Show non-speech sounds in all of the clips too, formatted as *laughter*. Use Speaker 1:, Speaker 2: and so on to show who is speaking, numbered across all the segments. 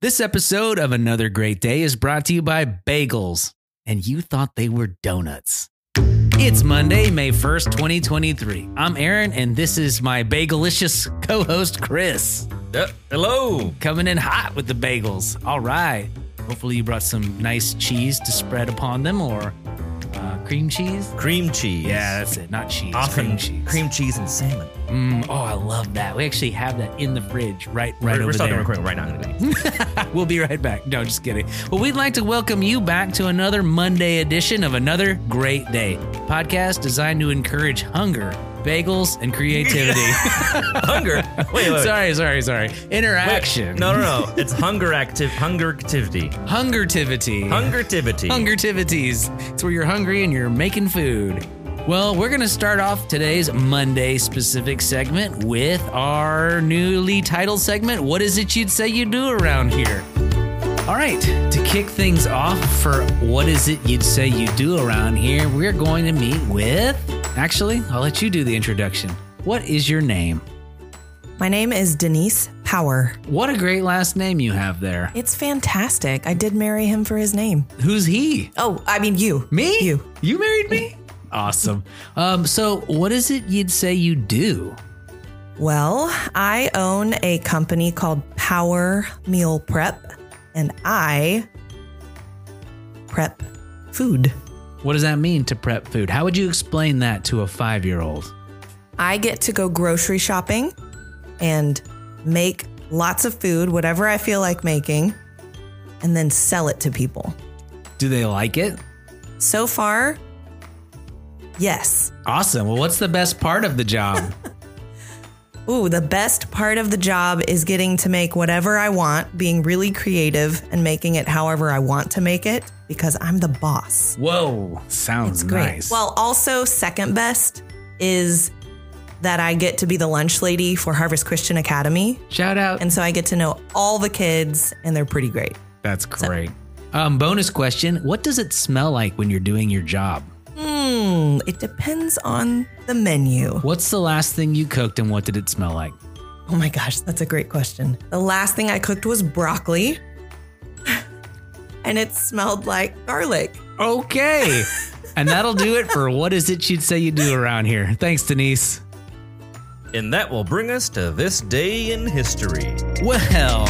Speaker 1: This episode of Another Great Day is brought to you by Bagels, and you thought they were donuts. It's Monday, May 1st, 2023. I'm Aaron, and this is my bagelicious co host, Chris,
Speaker 2: Uh, hello.
Speaker 1: coming in hot with the bagels. All right. Hopefully, you brought some nice cheese to spread upon them or uh, cream cheese.
Speaker 2: Cream cheese.
Speaker 1: Yeah, that's it. Not cheese.
Speaker 2: Often
Speaker 1: cream cheese.
Speaker 2: and salmon.
Speaker 1: Mm, oh, I love that. We actually have that in the fridge right, right
Speaker 2: we're,
Speaker 1: over
Speaker 2: we're stopping
Speaker 1: there.
Speaker 2: recording right now. Anyway. *laughs*
Speaker 1: We'll be right back. No, just kidding. Well, we'd like to welcome you back to another Monday edition of Another Great Day podcast designed to encourage hunger, bagels, and
Speaker 2: *laughs*
Speaker 1: creativity.
Speaker 2: hunger. Wait, wait. wait.
Speaker 1: *laughs* sorry, sorry, sorry.
Speaker 2: Wait.
Speaker 1: Interaction.
Speaker 2: No, no, no. It's hunger active. Hunger *laughs* activity.
Speaker 1: Hungertivity.
Speaker 2: Hunger activity.
Speaker 1: Hungertivities. It's where you're hungry and you're making food. Well, we're going to start off today's Monday specific segment with our newly titled segment, What Is It You'd Say You Do Around Here? All right, to kick things off for What Is It You'd Say You Do Around Here, we're going to meet with. Actually, I'll let you do the introduction. What is your name?
Speaker 3: My name is Denise Power.
Speaker 1: What a great last name you have there.
Speaker 3: It's fantastic. I did marry him for his name.
Speaker 1: Who's he?
Speaker 3: Oh, I mean you.
Speaker 1: Me?
Speaker 3: You.
Speaker 1: You married me? *laughs* Awesome. Um, so what is it you'd say you do?
Speaker 3: Well, I own a company called Power Meal Prep and I prep food.
Speaker 1: What does that mean to prep food? How would you explain that to a five year old?
Speaker 3: I get to go grocery shopping and make lots of food, whatever I feel like making, and then sell it to people.
Speaker 1: Do they like it?
Speaker 3: So far, yes.
Speaker 1: Awesome. Well, what's the best part of the *laughs* job?
Speaker 3: Ooh, the best part of the job is getting to make whatever I want, being really creative and making it however I want to make it because I'm the boss.
Speaker 1: Whoa. Sounds nice.
Speaker 3: Well, also, second best is that I get to be the lunch lady for Harvest Christian Academy.
Speaker 1: shout out.
Speaker 3: And so I get to know all the kids, and they're pretty great.
Speaker 1: That's great. Um, bonus question What does it smell like when you're doing your job?
Speaker 3: Hmm, it depends on the menu.
Speaker 1: What's the last thing you cooked and what did it smell like?
Speaker 3: Oh my gosh, that's a great question. The last thing I cooked was broccoli, *laughs* and it smelled like garlic.
Speaker 1: *laughs* Okay. and that'll do it for what is it you'd say you do around here. Thanks, Denise.
Speaker 2: And that will bring us to this day in history.
Speaker 1: Well,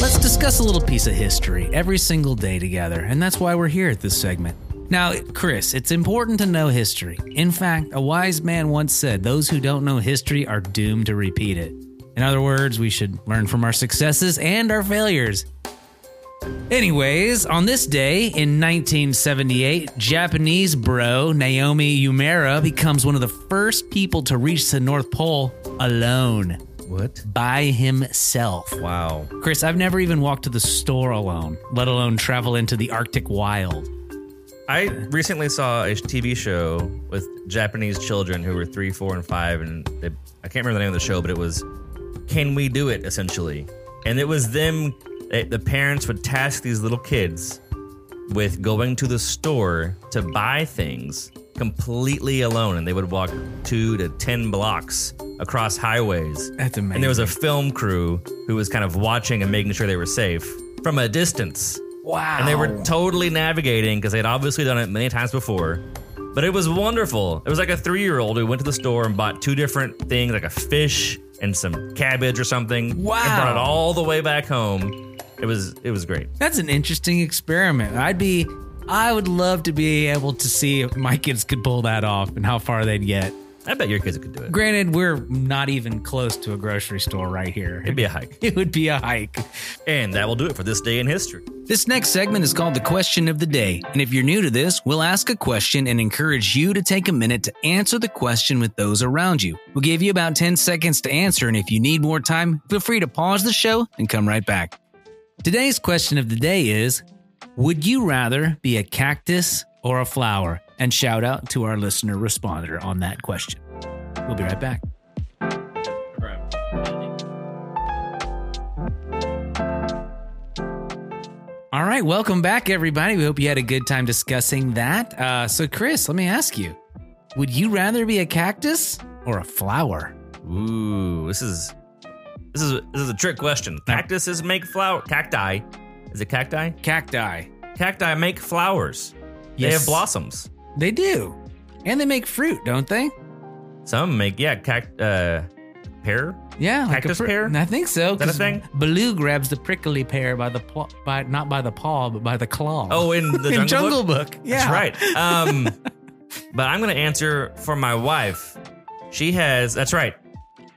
Speaker 1: let's discuss a little piece of history every single day together, and that's why we're here at this segment. Now, Chris, it's important to know history. In fact, a wise man once said, Those who don't know history are doomed to repeat it. In other words, we should learn from our successes and our failures. Anyways, on this day in 1978, Japanese bro Naomi Umera becomes one of the first people to reach the North Pole alone
Speaker 2: What?
Speaker 1: by himself.
Speaker 2: Wow.
Speaker 1: Chris, I've never even walked to the store alone, let alone travel into the Arctic wild.
Speaker 2: I recently saw a TV show with Japanese children who were three, four, and five, and they, I can't remember the name of the show, but it was "Can We Do It?" essentially, and it was them. They, the parents would task these little kids with going to the store to buy things completely alone, and they would walk two to ten blocks across highways.
Speaker 1: That's amazing.
Speaker 2: And there was a film crew who was kind of watching and making sure they were safe from a distance.
Speaker 1: wow.
Speaker 2: And they were totally navigating because they'd obviously done it many times before. But it was wonderful. It was like a three year old who went to the store and bought two different things, like a fish and some cabbage or something.
Speaker 1: Wow.
Speaker 2: And brought it all the way back home. It was it was great.
Speaker 1: That's an interesting experiment. I'd be I would love to be able to see if my kids could pull that off and how far they'd get.
Speaker 2: I bet your kids could do it.
Speaker 1: Granted, we're not even close to a grocery store right here. *laughs*
Speaker 2: It'd be a hike.
Speaker 1: It would be a hike.
Speaker 2: And that will do it for this day in history.
Speaker 1: This next segment is called the question of the day. And if you're new to this, we'll ask a question and encourage you to take a minute to answer the question with those around you. We'll give you about 10 seconds to answer. And if you need more time, feel free to pause the show and come right back. Today's question of the day is Would you rather be a cactus or a flower? And shout out to our listener responder on that question. We'll be right back. All right, welcome back, everybody. We hope you had a good time discussing that. Uh, so, Chris, let me ask you Would you rather be a cactus or a flower?
Speaker 2: Ooh, this is This is this is a trick question. Cactuses make flower. Cacti, is it cacti?
Speaker 1: Cacti.
Speaker 2: Cacti make flowers. They
Speaker 1: Yes.
Speaker 2: have blossoms.
Speaker 1: They do. And they make fruit, don't they?
Speaker 2: Some make yeah, cact uh, pear.
Speaker 1: Yeah, like a
Speaker 2: Cactus
Speaker 1: fr-
Speaker 2: pear?
Speaker 1: I think so.
Speaker 2: that a
Speaker 1: 'cause
Speaker 2: thing?
Speaker 1: Baloo grabs the prickly pear by the pl- by not by the paw, but by the claw.
Speaker 2: Oh, in the
Speaker 1: *laughs* in
Speaker 2: jungle,
Speaker 1: Jungle
Speaker 2: Book?
Speaker 1: Book. Yeah, *laughs*
Speaker 2: That's right. Um, but I'm gonna answer for my wife. She has. That's right.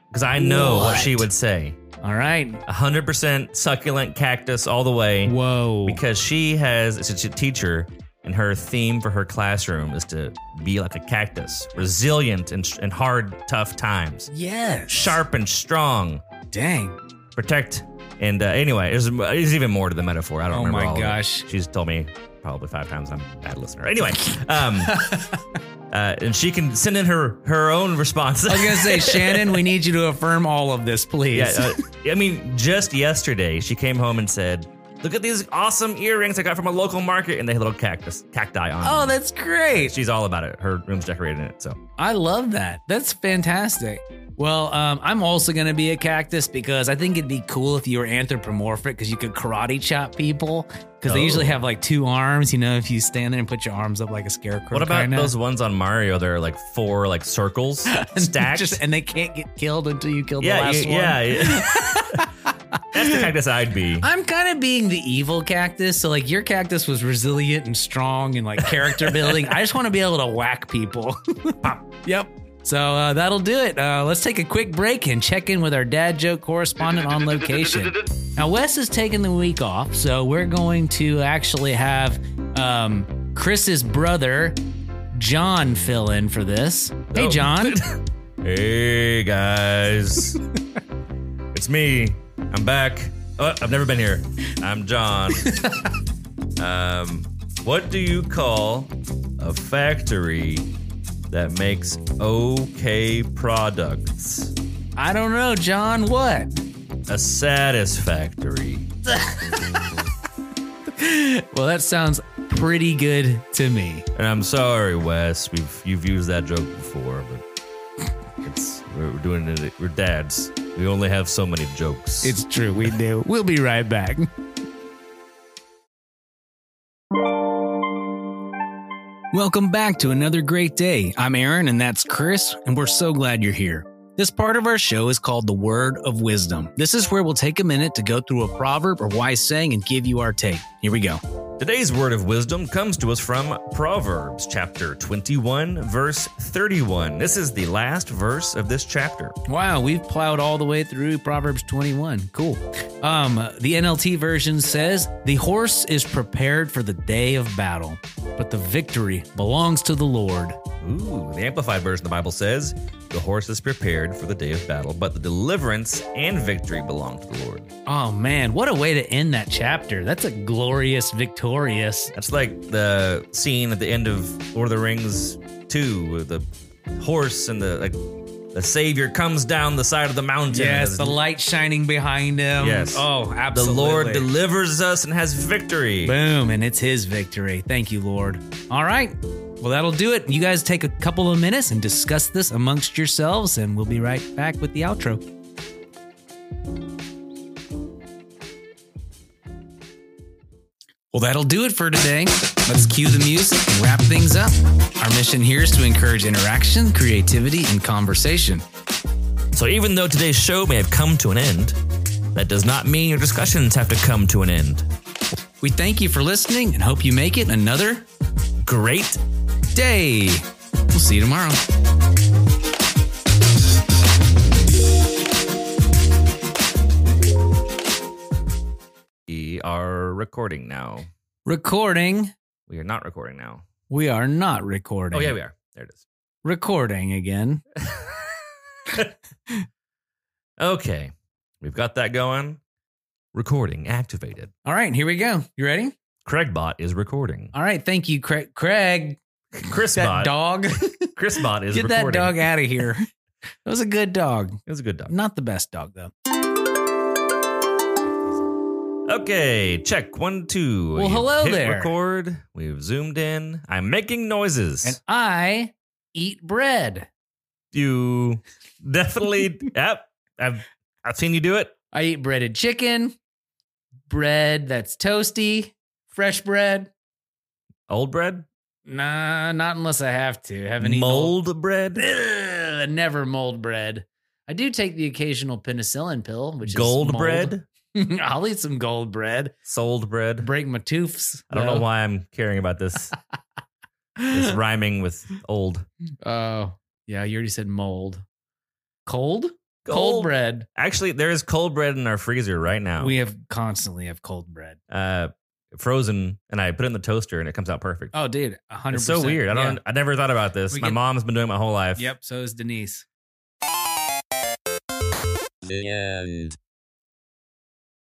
Speaker 2: Because I know what?
Speaker 1: What?
Speaker 2: she would say.
Speaker 1: All right.
Speaker 2: 100% succulent cactus all the way.
Speaker 1: Whoa.
Speaker 2: Because she has. It's a teacher, and her theme for her classroom is to be like a cactus, resilient in, in hard, tough times,
Speaker 1: yes.
Speaker 2: sharp and strong.
Speaker 1: Dang.
Speaker 2: protect. And uh, anyway, there's, there's even more to the metaphor. I don't
Speaker 1: Oh
Speaker 2: remember.
Speaker 1: my
Speaker 2: all of it.
Speaker 1: gosh.
Speaker 2: she's told me probably five times. I'm a bad listener. Anyway,
Speaker 1: *laughs*
Speaker 2: um, uh, and she can send in her her own response.
Speaker 1: I was gonna say, Shannon, we need you to affirm all of this, please.
Speaker 2: *laughs* yeah, uh, I mean, just yesterday she came home and said, "Look at these awesome earrings I got from a local market," and they had little cactus cacti on.
Speaker 1: *laughs* oh,
Speaker 2: them.
Speaker 1: that's great.
Speaker 2: she's all about it. Her room's decorated in it. So
Speaker 1: I love that. That's fantastic. Well, um, I'm also going to be a cactus because I think it'd be cool if you were anthropomorphic because you could karate chop people because they
Speaker 2: Oh.
Speaker 1: usually have like two arms. You know, if you stand there and put your arms up like a scarecrow.
Speaker 2: what about
Speaker 1: kinda.
Speaker 2: those ones on Mario? They're like four like circles
Speaker 1: *laughs*
Speaker 2: stacked.
Speaker 1: Just, *laughs* and they can't get killed until you kill the
Speaker 2: yeah,
Speaker 1: last
Speaker 2: you-
Speaker 1: one.
Speaker 2: yeah.
Speaker 1: *laughs*
Speaker 2: That's the cactus I'd be.
Speaker 1: I'm kind of being the evil cactus. So, like, your cactus was resilient and strong and like character building. I just want to be able to whack people. *laughs* Pop. Yep. So uh, that'll do it. Uh, let's take a quick break and check in with our dad joke correspondent on location. Now, Wes is taking the week off, so we're going to actually have um, Chris's brother, John, fill in for this. Hey, *laughs*
Speaker 2: Oh.
Speaker 1: John.
Speaker 2: Hey guys, it's me. I'm back. Oh, I've never been here. I'm John. um, what do you call a factory that makes okay products?
Speaker 1: I don't know, John. What?
Speaker 2: A satisfactory.
Speaker 1: Well, that sounds pretty good to me.
Speaker 2: And I'm sorry, Wes. We've you've used that joke before, but it's we're we're doing it. We're dads. We only have so many jokes.
Speaker 1: It's true. We do. We'll be right back. Welcome back to another great day. I'm Aaron, and that's Chris, and we're so glad you're here. This part of our show is called The Word of Wisdom. This is where we'll take a minute to go through a proverb or wise saying and give you our take. Here we go.
Speaker 2: Today's word of wisdom comes to us from Proverbs chapter 21, verse 31. This is the last verse of this chapter.
Speaker 1: Wow, we've plowed all the way through Proverbs 21. Cool. Um, the NLT version says, The horse is prepared for the day of battle, but the victory belongs to the Lord.
Speaker 2: Ooh, the Amplified Version of the Bible says, The horse is prepared for the day of battle, but the deliverance and victory belong to the Lord.
Speaker 1: Oh man, what a way to end that chapter. That's a glorious, victorious.
Speaker 2: That's like the scene at the end of Lord of the Rings 2, with the horse and the like the savior comes down the side of the mountain.
Speaker 1: Yes, the
Speaker 2: the,
Speaker 1: light shining behind him.
Speaker 2: Yes.
Speaker 1: Oh, absolutely.
Speaker 2: Lord delivers us and has victory.
Speaker 1: Boom, and it's his victory. Thank you, Lord. All right. Well, that'll do it. You guys take a couple of minutes and discuss this amongst yourselves, and we'll be right back with the outro. Well, that'll do it for today. Let's cue the music and wrap things up. Our mission here is to encourage interaction, creativity, and conversation.
Speaker 2: So even though today's show may have come to an end, that does not mean your discussions have to come to an end.
Speaker 1: We thank you for listening and hope you make it another
Speaker 2: Great
Speaker 1: day. We'll see you tomorrow.
Speaker 2: We are recording now.
Speaker 1: Recording.
Speaker 2: We are not recording now.
Speaker 1: We are not recording.
Speaker 2: Oh yeah, we are. There it is.
Speaker 1: Recording again.
Speaker 2: Okay. We've got that going. Recording activated.
Speaker 1: All right, here we go. You ready?
Speaker 2: Craigbot is recording.
Speaker 1: All right, thank you, Craig. Craig, that
Speaker 2: Chrisbot.
Speaker 1: dog.
Speaker 2: Chrisbot
Speaker 1: *laughs*
Speaker 2: is
Speaker 1: Get
Speaker 2: recording.
Speaker 1: that dog out of here. That was a good dog.
Speaker 2: It was a good dog.
Speaker 1: Not the best dog though.
Speaker 2: Okay, check one, two.
Speaker 1: Well,
Speaker 2: You've
Speaker 1: hello
Speaker 2: hit
Speaker 1: there.
Speaker 2: Record. We've zoomed in. I'm making noises.
Speaker 1: And I eat bread.
Speaker 2: you definitely. *laughs* yep. I've I've seen you do it.
Speaker 1: I eat breaded chicken, bread that's toasty, fresh bread.
Speaker 2: Old bread,
Speaker 1: Nah, not unless I have to. Haven't eaten
Speaker 2: mold bread,
Speaker 1: Ugh, never mold bread. I do take the occasional penicillin pill, which
Speaker 2: gold
Speaker 1: is mold.
Speaker 2: bread,
Speaker 1: *laughs* I'll eat some gold bread.
Speaker 2: sold bread.
Speaker 1: Break my tooths.
Speaker 2: I don't know why I'm caring about this. it's
Speaker 1: *laughs*
Speaker 2: rhyming with old.
Speaker 1: Oh, yeah. You already said mold. Cold? Cold,
Speaker 2: Gold-
Speaker 1: bread.
Speaker 2: Actually, there is cold bread in our freezer right now.
Speaker 1: We have constantly have cold bread.
Speaker 2: uh, frozen, and I put it in the toaster, and it comes out perfect.
Speaker 1: Oh, dude. 100%.
Speaker 2: It's so weird. I don't. I never thought about this.
Speaker 1: We
Speaker 2: my
Speaker 1: get-
Speaker 2: mom's been doing it my whole life.
Speaker 1: Yeah. Yep. So is Denise.
Speaker 4: The end.